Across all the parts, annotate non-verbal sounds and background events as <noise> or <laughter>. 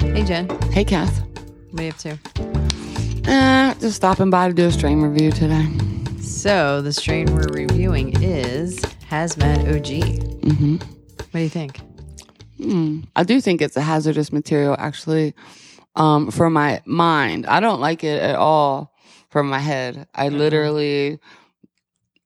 Hey, Jen. Hey, Kath. What do you up to? Uh, just stopping by to do a strain review today. So, the strain we're reviewing is Hazmat OG. hmm What do you think? Hmm. I do think it's a hazardous material, actually, um, for my mind. I don't like it at all for my head. I literally,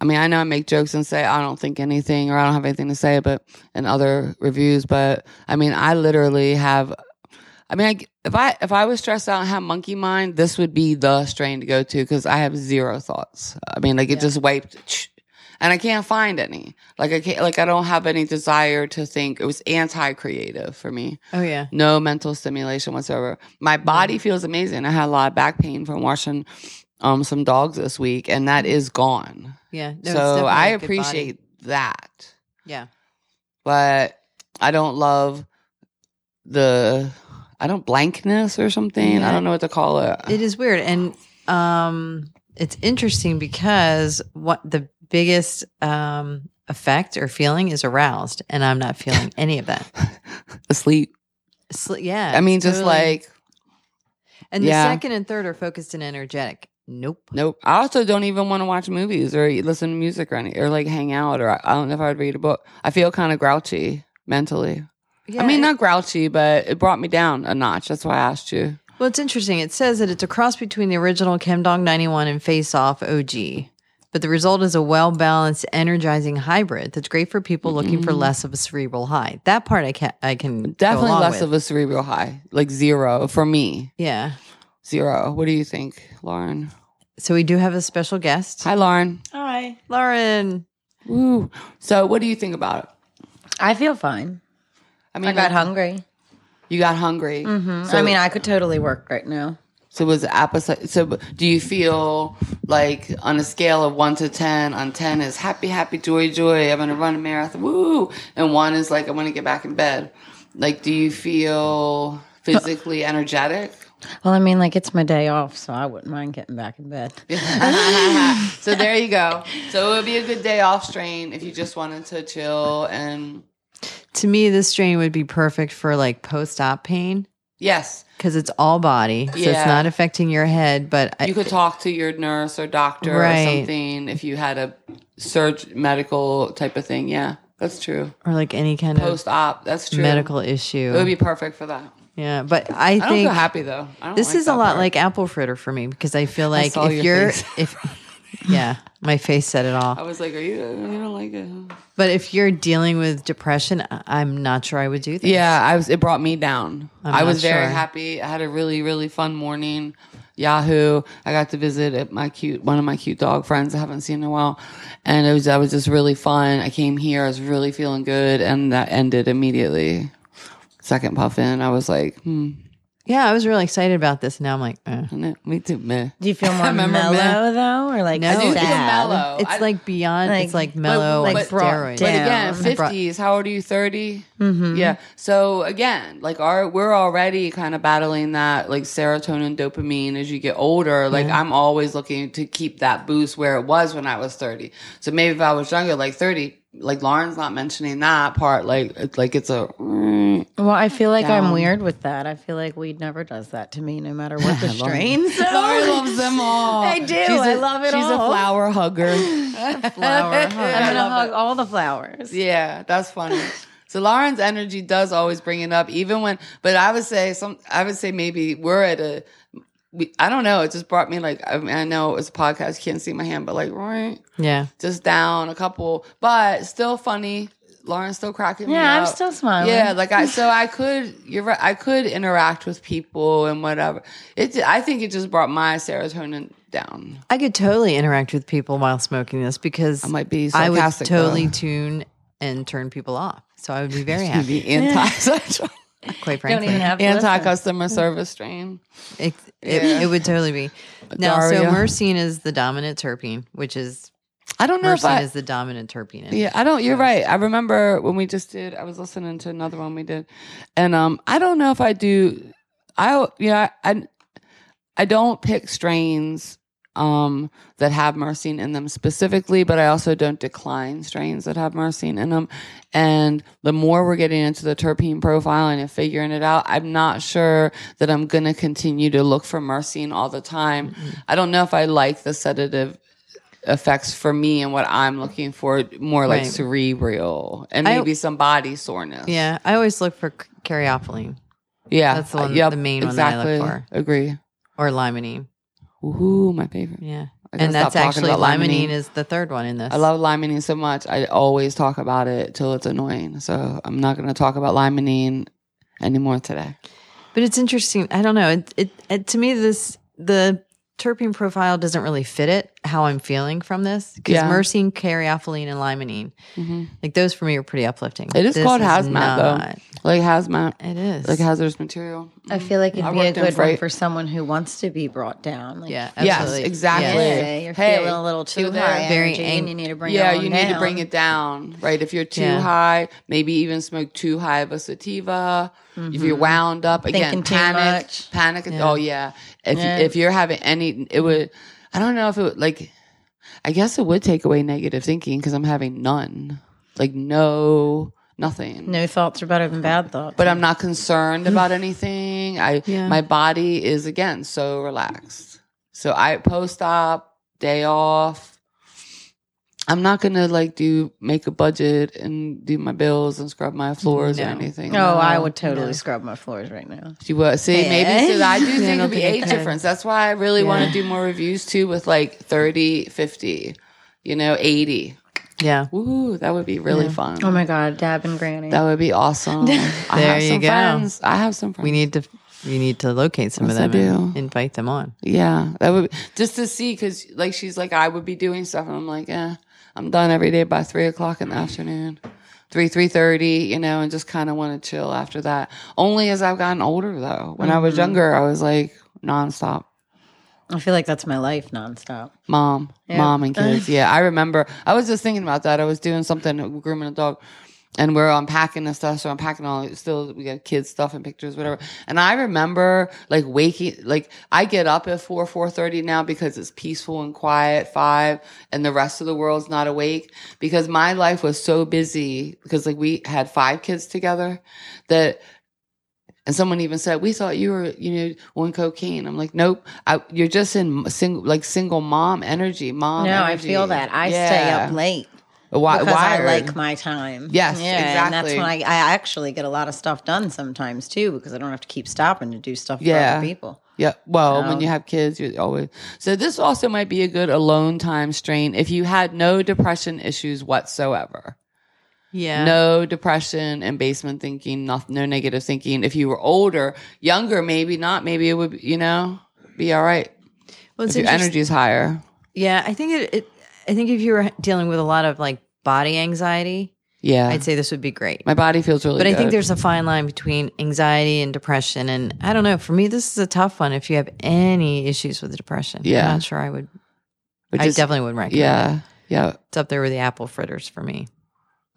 I mean, I know I make jokes and say I don't think anything or I don't have anything to say, but in other reviews, but I mean, I literally have. I mean, I g if I if I was stressed out and had monkey mind, this would be the strain to go to because I have zero thoughts. I mean, like it Yeah. just wiped, and I can't find any. Like I can't, like I don't have any desire to think. It was anti-creative for me. Oh, yeah. No mental stimulation whatsoever. My Mm-hmm. body feels amazing. I had a lot of back pain from washing um some dogs this week, and that is gone. Yeah. No, it's so definitely I a good body. appreciate Uh-huh. that, Yeah. but I don't love the. I don't blankness or something. I Yeah. don't know what to call it. It is weird. And um, it's interesting because what the biggest um, effect or feeling is aroused. And I'm not <laughs> feeling any of that. Asleep. Sli- yeah. I mean, just totally. like And yeah. the second and third are focused and energetic. Nope. Nope. I also don't even want to watch movies or listen to music or any, or like hang out or I, I don't know if I would read a book. I feel kind of grouchy mentally. Yeah, I mean, it- not grouchy, but it brought me down a notch. That's why I asked you. Well, it's interesting. It says that it's a cross between the original Chemdong 91 and Face Off OG, but the result is a well balanced, energizing hybrid that's great for people looking for Mm. less of a cerebral high. That part I can I can Definitely less of a cerebral high, like zero for me. yeah. Zero. What do you think, Lauren? So we do have a special guest, Hi, Lauren. Hi. Lauren. Woo. So, what do you think about it? I feel fine. I I, mean, like, got hungry. you got hungry. hmm So- I mean, I could totally work right now. So was it appetite. So do you feel like on a scale of one to ten, on ten is happy, happy, joy, joy. I'm gonna run a marathon, woo, and one is like I want to get back in bed. Like, do you feel physically energetic? <laughs> Well, I mean, like it's my day off, so I wouldn't mind getting back in bed. so there you go. So it would be a good day off strain if you just wanted to chill and To me, this strain would be perfect for like post op pain yes, because it's all body, so Yeah. it's not affecting your head. But I, you could talk to your nurse or doctor Right. or something if you had a surge medical type of thing. Yeah, that's true. or like any kind Post op, that's of true. medical issue. It would be perfect for that. yeah, but I, I don't think feel happy though. I don't This like is a that lot part. like apple fritter for me because I feel like saw if your you're face. Oh. if <laughs> yeah, my face said it I all. was like, "Are you? You don't like it?" huh? But if you're dealing with depression, I- I'm not sure I would do this. Yeah, I was. It brought me down. I'm i was not very sure. happy. I had a really, really fun morning. Yahoo! I got to visit at my cute one of my cute dog friends I haven't seen in a while, and it was I was just really fun. I came here, I was really feeling good, and that ended immediately. Second puff in, I was like, "Hmm, Yeah, I was really excited about this. Now I'm like, eh. no, me too, meh." Do you <laughs> feel more mellow Remember though, or like No, I do feel sad? mellow. Oh, it's I- like beyond. it's Like- like mellow, like like brought steroids. down. But again, Um, I brought- fifties. How old are you? 30 Mm-hmm. Yeah. So again, like our we're already kind of battling that like serotonin, dopamine as you get older. Like I'm always looking to keep that boost where it was when I was thirty. So maybe if I was younger, like thirty, like Lauren's not mentioning that part. Like it's like it's <laughs> a. Well, I feel like Down. I'm weird with that. I feel like weed never does that to me, no matter <laughs> what the strain. Lauren So loves them all. I do. I love it She's a all. flower <laughs> hugger. flower hug. I'm I gonna love hug it. all the flowers. Yeah, that's funny. so Lauren's energy does always bring it up, even when. But I would say some. I would say maybe we're at a. We, I don't know. It just brought me like I, mean, I know it was a podcast. You can't see my hand, but like right, yeah, just down a couple, but still funny. Lauren's still cracking me up. Yeah, I'm still smiling. Yeah, like I so I could you're right I could interact with people and whatever. It I think it just brought my serotonin down. I could totally interact with people while smoking this because I might be I would sarcastic. totally though. tune and turn people off. So I would be <laughs> very You'd happy, be anti quite don't frankly. even have to anti listen. customer service strain. It, it, Yeah. it would totally be. Now, Daria. so myrcene is the dominant terpene, which is I don't know if myrcene I. is the dominant terpene. in it. yeah, I don't. You're right. I remember when we just did. I was listening to another one we did, and um, I don't know if I do. I you know I I, I don't pick strains um, that have myrcene in them specifically, but I also don't decline strains that have myrcene in them. And the more we're getting into the terpene profiling and figuring it out, I'm not sure that I'm going to continue to look for myrcene all the time. Mm-hmm. I don't know if I like the sedative effects for me and what I'm looking for more like Right. cerebral and I- maybe some body soreness. Yeah, I always look for c- cariophylline Yeah. That's the one- Yep, the main one that I look exactly. Agree. or limonene. Ooh, my favorite. Yeah, I gotta and that's stop actually talking limonene. about is the third one in this. I love limonene so much. I always talk about it till it's annoying. So I'm not going to talk about limonene anymore today. but it's interesting. I don't know. It, it, it to me this the terpene profile doesn't really fit it how I'm feeling from this because Yeah. myrcene, cariophylline, and limonene Mm-hmm. Mhm. like those for me are pretty uplifting. It is This called hazmat, though. Like hazmat, It is like hazardous material. I feel like it'd I be a worked in good one freight. for someone who wants to be brought down. Like, yeah, Yes, absolutely. exactly. Yes. Hey, you're Hey, feeling a little so too high they're very energy ang- and you need to bring yeah, it on you need to down. bring it down, right? If you're too Yeah. high, maybe even smoke too high of a sativa. If you're wound up, again, Mm-hmm. Thinking too panic, much. panic. Oh yeah, if Yeah. if you're having any, it would. I don't know if it would like. I guess it would take away negative thinking because I'm having none, like no, nothing. No thoughts are better than bad thoughts. But I'm not concerned about anything. I Mm. Yeah. my body is again so relaxed. So I post op, day off. I'm not gonna like do make a budget and do my bills and scrub my floors or No. anything. oh, I would totally no. scrub my floors right now. You would see Yeah. maybe so I do <laughs> Yeah, I think don't it'd be think age it's difference. That's why I really want Yeah. to do more reviews too with like 30, 50, you know, 80. Yeah, Woo, that would be really fun. Oh my god, dab and granny. that would <laughs> be awesome. there I There have you some go. friends. I have some friends. we need to we need to locate some Yes, I of them and do. invite them on. Yeah, that would be, just to see because like she's like I would be doing stuff and I'm like eh, I'm done every day by three o'clock in the afternoon, three three thirty, you know, and just kind of want to chill after that. Only as I've gotten older though. When I was younger, I was like nonstop. I feel like that's my life nonstop. Mom, Yeah. mom, and kids. Yeah, I remember. I was just thinking about that. I was doing something, grooming a dog, and we're unpacking and stuff. So unpacking all still we got kids stuff and pictures, whatever. And I remember like waking, like I get up at four, four thirty now because it's peaceful and quiet. Five, and the rest of the world's not awake because my life was so busy because like we had five kids together that and someone even said, "We thought you were, you know, on cocaine." I'm like, "Nope, I, you're just in single, like single mom energy, mom." no, I energy. feel that. I stay Yeah. up late Wi- because wired. I like my time. Yes, yeah, and that's exactly. when I, I actually get a lot of stuff done sometimes too because I don't have to keep stopping to do stuff for Yeah. other people. Yeah. Well, No. when you have kids, you always. So this also might be a good alone time strain if you had no depression issues whatsoever. Yeah, No depression and basement thinking, not, no negative thinking. If you were older, younger, maybe not, maybe it would, you know, be all right. well, if your interest- energy's higher. Yeah, I think it, it. I think if you were dealing with a lot of like body anxiety, Yeah. I'd say this would be great. My body feels really But I think good. there's a fine line between anxiety and depression, and I don't know. For me, this is a tough one. If you have any issues with depression, Yeah. I'm not sure I would. Which I is- definitely would recommend. it. Yeah. Yeah. it's up there with the apple fritters for me.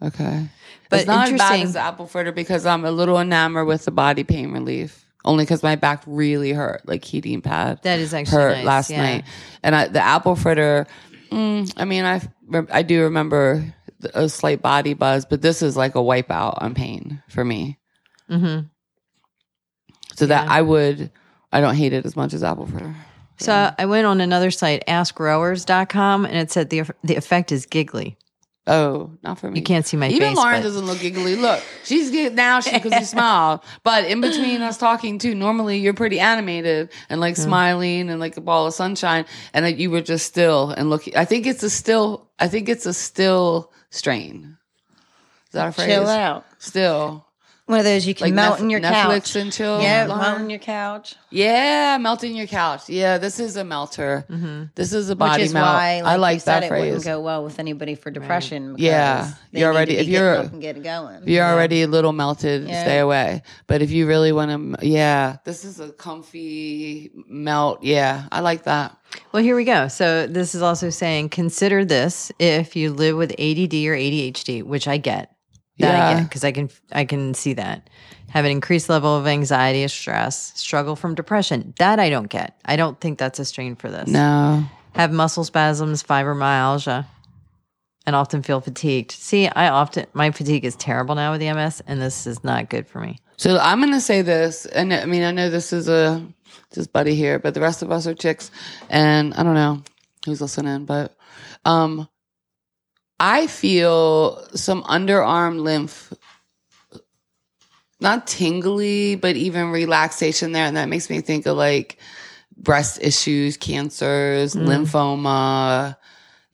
Okay. But it's not as bad interesting- as the apple fritter because I'm a little enamored with the body pain relief. Only because my back really hurt, like heating pad That is actually hurt nice, last yeah. night, and I, the apple fritter. Mm, I mean, I rem- I do remember th- a slight body buzz, but this is like a wipeout on pain for me. hmm So that Yeah. I would, I don't hate it as much as apple fritter. So I went on another site, askgrowers.com, and it said the the effect is giggly. Oh, not for me. You can't see my Even face. Lauren but- doesn't look giggly. Look, she's good now because <laughs> you smile. But in between us talking too, normally you're pretty animated and like Mm. smiling and like a ball of sunshine, and that you were just still and looking. I think it's a still. I think it's a still strain. Is that a phrase? Chill out. Still, One of those you can like melt Nef- in your Netflix couch. and chill. yeah, Lauren? melt in your couch. yeah, melting your couch. Yeah, this is a melter. Mm-hmm. This is a Which body is melt. why like I you like said that it phrase. wouldn't go well with anybody for depression. because Yeah. they You're need to already- be if you're- getting up and get going. If you're already a little melted, Yeah. stay away. But if you really want to, yeah, this is a comfy melt. Yeah, I like that. Well, here we go. So this is also saying consider this if you live with ADD or ADHD, which I get. That I Yeah. get because I can I can see that. Have an increased level of anxiety or stress, struggle from depression. That I don't get. I don't think that's a strain for this. No, have muscle spasms, fibromyalgia, and often feel fatigued. See, I often my fatigue is terrible now with EMS, and this is not good for me. So I'm gonna say this, and I mean I know this is a just buddy here, but the rest of us are chicks, and I don't know who's listening, but um, I feel some underarm lymph, not tingly, but even relaxation there, and that makes me think of like breast issues, cancers, Mm. lymphoma.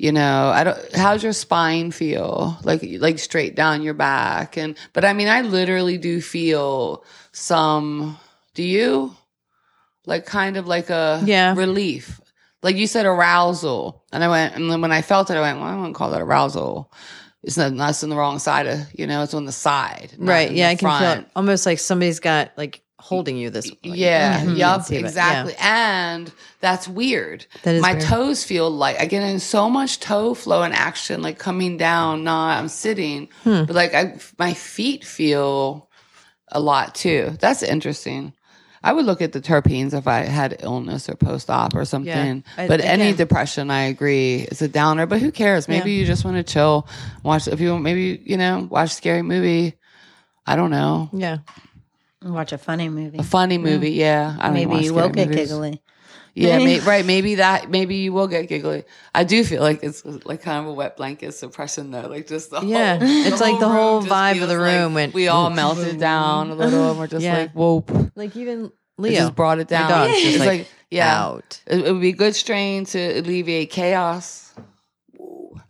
You know, I don't. How's your spine feel? Like, like straight down your back, and but I mean, I literally do feel some. Do you? Like kind of like a Yeah. relief. Like you said, arousal, and I went, and then when I felt it, I went, well, I wouldn't call that arousal. It's not. That's on the wrong side of. You know, it's on the side. not right? in Yeah, the I can feel front. it. almost like somebody's got like holding you this. like, Yeah, you can't yup, see, but, yeah. exactly. And that's weird. That is My weird. toes feel like I get in so much toe flow and action, like coming down. Not I'm sitting, Hmm. but like I, my feet feel a lot too. That's interesting. I would look at the terpenes if I had illness or post op or something. I- but any again- depression, I agree, is a downer. But who cares? Maybe you just want to chill, watch. If you want, maybe you know, watch a scary movie. I don't know. Yeah, Watch a funny movie. A funny movie, yeah. I don't even Maybe watch you will scary get movies. giggly. <laughs> Yeah, may, right. Maybe that. Maybe you will get giggly. I do feel like it's like kind of a wet blanket suppression, though. Like just the Yeah, Whole, it's like the whole room just vibe of the feels like room went, we all melted down a little, and we're just Yeah. like, whoop. It like even just Leo brought it down. dog's just it's like, like, yeah. out. It, it would be a good strain to alleviate chaos.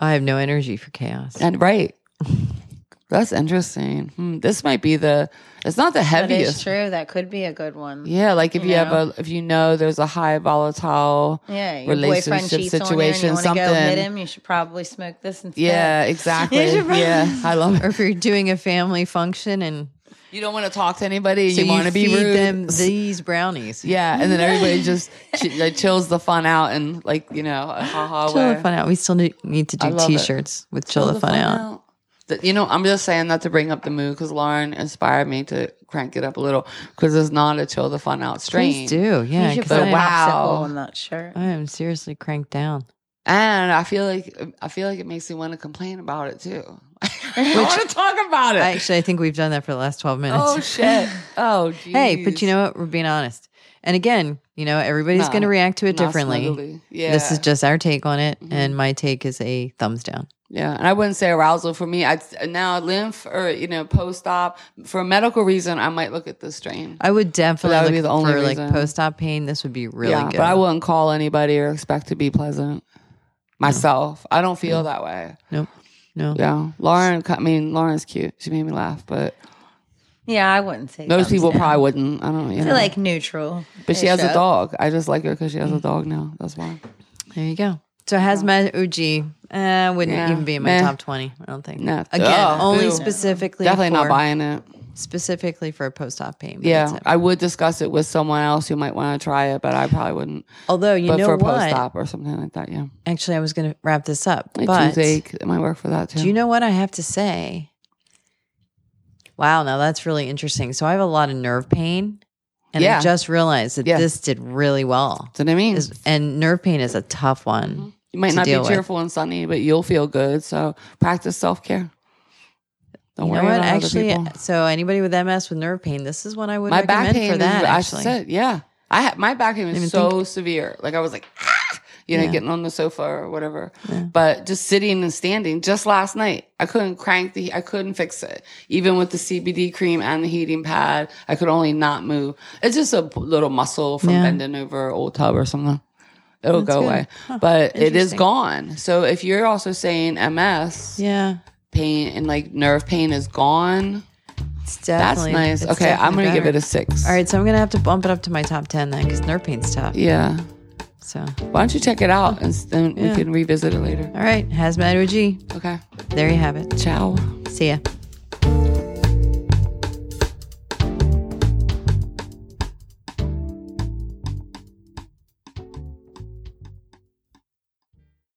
I have no energy for chaos. <laughs> And right. That's interesting. Hmm, this might be the. It's not the That is heaviest. true. That could be a good one. Yeah, like if you, You have a, if you know there's a high volatile. Yeah, your boyfriend Relationship cheats on you and you situation, want to go something. hit him, you should probably smoke this instead. Yeah, exactly. should probably- Yeah, I love it. <laughs> or if you're doing a family function and You don't want to talk to anybody. so you want to be feed rude. them these brownies. yeah, and then everybody just ch- like, chills the fun out and like you know, a haha. Chill the way. fun out. We still need, need to I do love it. t-shirts with chill, the fun, out. Th- You know, I'm just saying that to bring up the mood because Lauren inspired me to crank it up a little because it's not a chill the fun out strain. Please do. Yeah, you should 'cause put But a I, wow. popsicle in that shirt. I am seriously cranked down. And I feel like I feel like it makes me want to complain about it too. <laughs> I want to talk about it. Actually, I think we've done that for the last 12 minutes. <laughs> oh shit! Oh, <laughs> geez. hey, but you know what? We're being honest. And again, you know, everybody's No, going to react to it Not differently. snuggly. Yeah, This is just our take on it. Mhm. And my take is a thumbs down. Yeah, and I wouldn't say arousal for me. I now lymph or you know post op for a medical reason. I might look at the strain. I would definitely would look be the only for like reason. post op pain. This would be really yeah, good. but I wouldn't call anybody or expect to be pleasant myself. I don't feel that way. Nope. No. Yeah, Lauren. I mean, Lauren's cute. She made me laugh, but Yeah, I wouldn't say most thumbs people down. probably wouldn't. I don't. You I'd say, know. like neutral. but she has Shut a up. dog. I just like her because she has a dog now. That's why. There you go. So hazmat Uji uh, wouldn't Yeah. even be in my Meh. top twenty. I don't think. No. Again, Ugh. only Boo. specifically Definitely for- not buying it. specifically for post op pain. but Yeah, that's it. I would discuss it with someone else who might want to try it, but I probably wouldn't. Although you but know for what? post op or something like that, yeah. Actually, I was going to wrap this up, Like but toothache, it might work for that too. do you know what I have to say? Wow, now that's really interesting. So I have a lot of nerve pain, and I Yeah. just realized that Yeah. this did really well. That's what I mean. Is- And nerve pain is a tough one. you might to not be deal with. cheerful and sunny, but you'll feel good. So practice self care. Don't you worry know what? about Actually, other people. so anybody with MS with nerve pain, this is one I would My recommend back pain for that. Is, actually, I said, yeah. I ha- my back pain Didn't was even so severe. Like I was like, "Ah!" you know, Yeah. getting on the sofa or whatever. Yeah. But just sitting and standing. Just last night, I couldn't crank the. I couldn't fix it, even with the CBD cream and the heating pad. I could only not move. It's just a p- little muscle from Yeah. bending over an old tub or something. It'll That's go good. away, Huh. but it is Interesting. gone. So if you're also saying MS yeah. pain and like nerve pain is gone, It's definitely that's it's nice. Okay, I'm definitely gonna give it better. a six. All right, so I'm gonna have to bump it up to my top ten then, because nerve pain's tough. Yeah. So, Why don't you check it out and then Yeah. we can revisit it later. all right, hazmat OG. Okay. There you have it. Ciao. See ya.